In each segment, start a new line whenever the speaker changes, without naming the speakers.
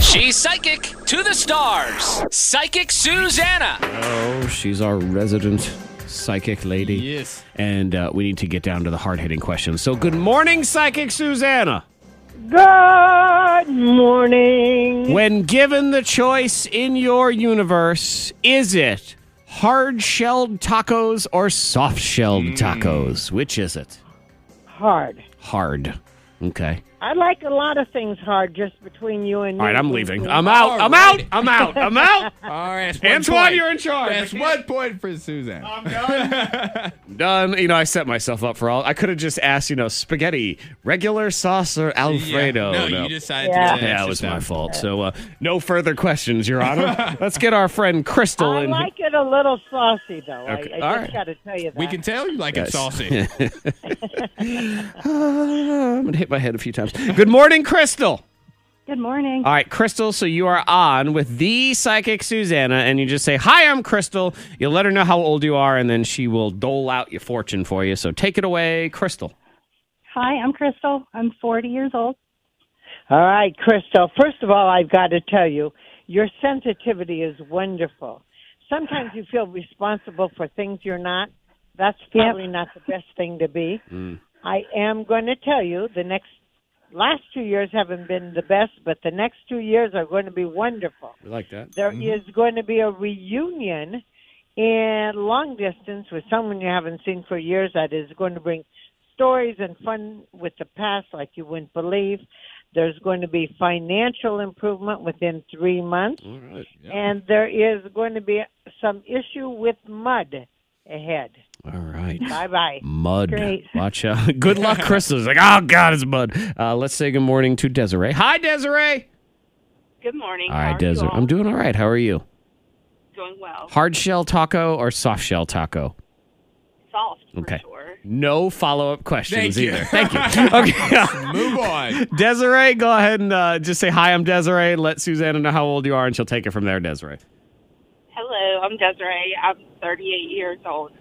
She's psychic to the stars. Psychic Susanna.
Oh, she's our resident psychic lady.
Yes.
And uh, we need to get down to the hard hitting questions. So, good morning, Psychic Susanna.
Good morning.
When given the choice in your universe, is it hard shelled tacos or soft shelled
Mm.
tacos? Which is it?
Hard.
Hard. Okay.
I like a lot of things hard, just between you and me.
All right, I'm leaving. I'm out. I'm out. I'm out. I'm out.
All right. that's one
Antoine,
point.
you're in charge.
That's one point for Suzanne.
done. You know, I set myself up for all. I could have just asked, you know, spaghetti, regular sauce, or Alfredo.
No, you decided
Yeah.
to do that.
yeah, it was my fault. So, uh, no further questions, Your Honor. Let's get our friend Crystal
I
in.
like it a little saucy, though.
Okay,
I, I
all right.
just got to tell you that.
We can tell you like
Yes.
it's saucy.
Ah, I'm gonna hit my head a few times. Good morning, Crystal.
Good morning.
All right, Crystal. So you are on with the psychic Susanna, and you just say, "Hi, I'm Crystal." You let her know how old you are, and then she will dole out your fortune for you. So take it away, Crystal.
Hi, I'm Crystal. I'm 40 years old.
All right, Crystal. First of all, I've got to tell you, your sensitivity is wonderful. Sometimes you feel responsible for things you're not. That's probably not the best thing to be.
Mm.
I am going to tell you the next last two years haven't been the best, but the next two years are going to be wonderful.
We like that.
There is going to be a reunion in long distance with someone you haven't seen for years that is going to bring stories and fun with the past like you wouldn't believe. There's going to be financial improvement within three months,
All right.
and there is going to be some issue with mud ahead.
All right.
Bye bye.
Mud.
Great.
Watch out. Good luck, Crystal. It's like, oh God, it's mud. Uh, let's say good morning to Desiree. Hi, Desiree.
Good morning.
All
How
right,
are
Desiree.
You all?
I'm doing all right. How are you?
doing well.
Hard shell taco or soft shell taco?
Soft for
Okay.
sure.
No follow up questions
Thank you.
either. Thank you. Okay.
Move on.
Desiree, go ahead and uh, just say hi. I'm Desiree. Let Susanna know how old you are, and she'll take it from there. Desiree.
Hello, I'm Desiree. I'm 38 years old.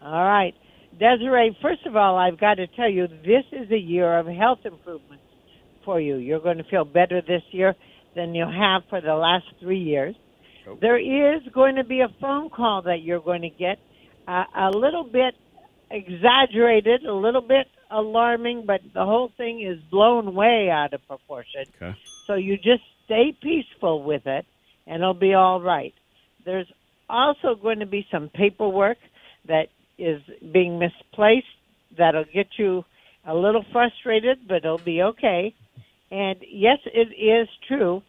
All right. Desiree, first of all, I've got to tell you, this is a year of health improvements for you. You're going to feel better this year than you have for the last three years. There is going to be a phone call that you're going to get, uh, a little bit exaggerated, a little bit alarming, but the whole thing is blown way out of proportion.
Okay.
So you just stay peaceful with it, and it'll be all right. There's also going to be some paperwork that is being misplaced that'll get you a little frustrated, but it'll be okay. And yes, it is true.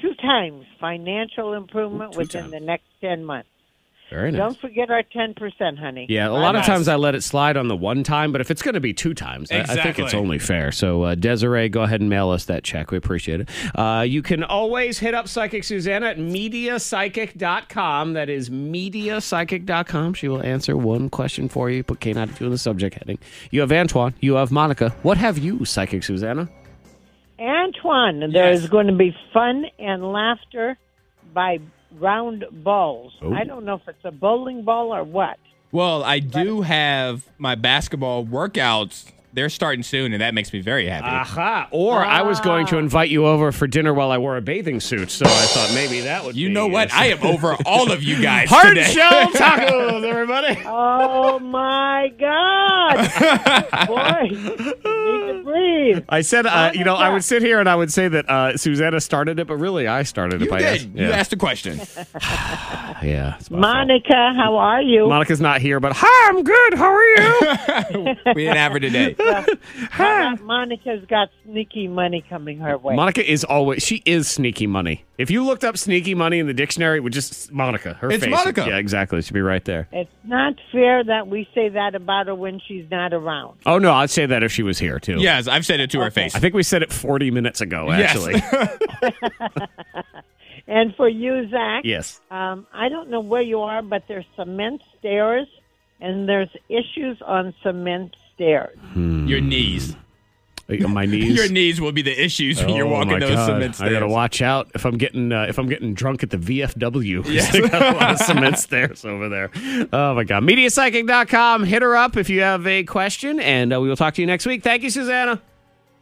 Two times financial improvement
Ooh, two
within
times.
the next 10 months.
Very nice.
Don't forget our 10%, honey.
Yeah, a lot of times I let it slide on the one time, but if it's going to be two times, I- I think it's
Exactly.
only fair. So, uh, Desiree, go ahead and mail us that check. We appreciate it. Uh, you can always hit up Psychic Susanna at mediapsychic.com. That is mediapsychic.com. She will answer one question for you. Put K92 in the subject heading. You have Antoine. You have Monica. What have you, Psychic Susanna?
Antoine, there
Yes.
is going to be fun and laughter by round balls.
Oh.
I don't know if it's a bowling ball or what.
Well, I do have my basketball workouts. They're starting soon, and that makes me very happy.
Ah, Aha. Or I
Ah.
was going to invite you over for dinner while I wore a bathing suit, so I thought maybe that would
you
be
know what?
a-
I am over all of you guys
Hard
today.
shell tacos, everybody.
Oh my God! Boy, you need to breathe.
I said, uh,
Oh
you know, I would sit here and I would say that uh, Susanna started it, but really I started it
You
by
did.
ask-
You
yeah.
asked a question.
yeah it's my fault.
Monica, how are you?
Monica's not here, but hi, I'm good. How are you?
we didn't have her today.
Monica's got sneaky money coming her way.
Monica is always she is sneaky money. If you looked up sneaky money in the dictionary, it would just Monica. Her
It's
face.
Monica.
Yeah, exactly. She'd be right there.
it's not fair that we say that about her when she's not around.
Oh no, I'd say that if she was here too.
Yes, I've said it to her face.
I think we said it 40 minutes ago.
Yes.
Actually,
And for you, Zach,
yes.
um, I don't know where you are, but there's cement stairs, and there's issues on cement stairs.
Your knees.
On my knees.
Your knees will be the issues when you're
Oh, my
walking those
God.
cement
I gotta
stairs.
watch out if I'm getting uh, if I'm getting drunk at the VFW. I got a lot of cement stairs over there. Oh my god. Mediapsychic.com. Hit her up if you have a question, and uh, we will talk to you next week. Thank you, Susanna.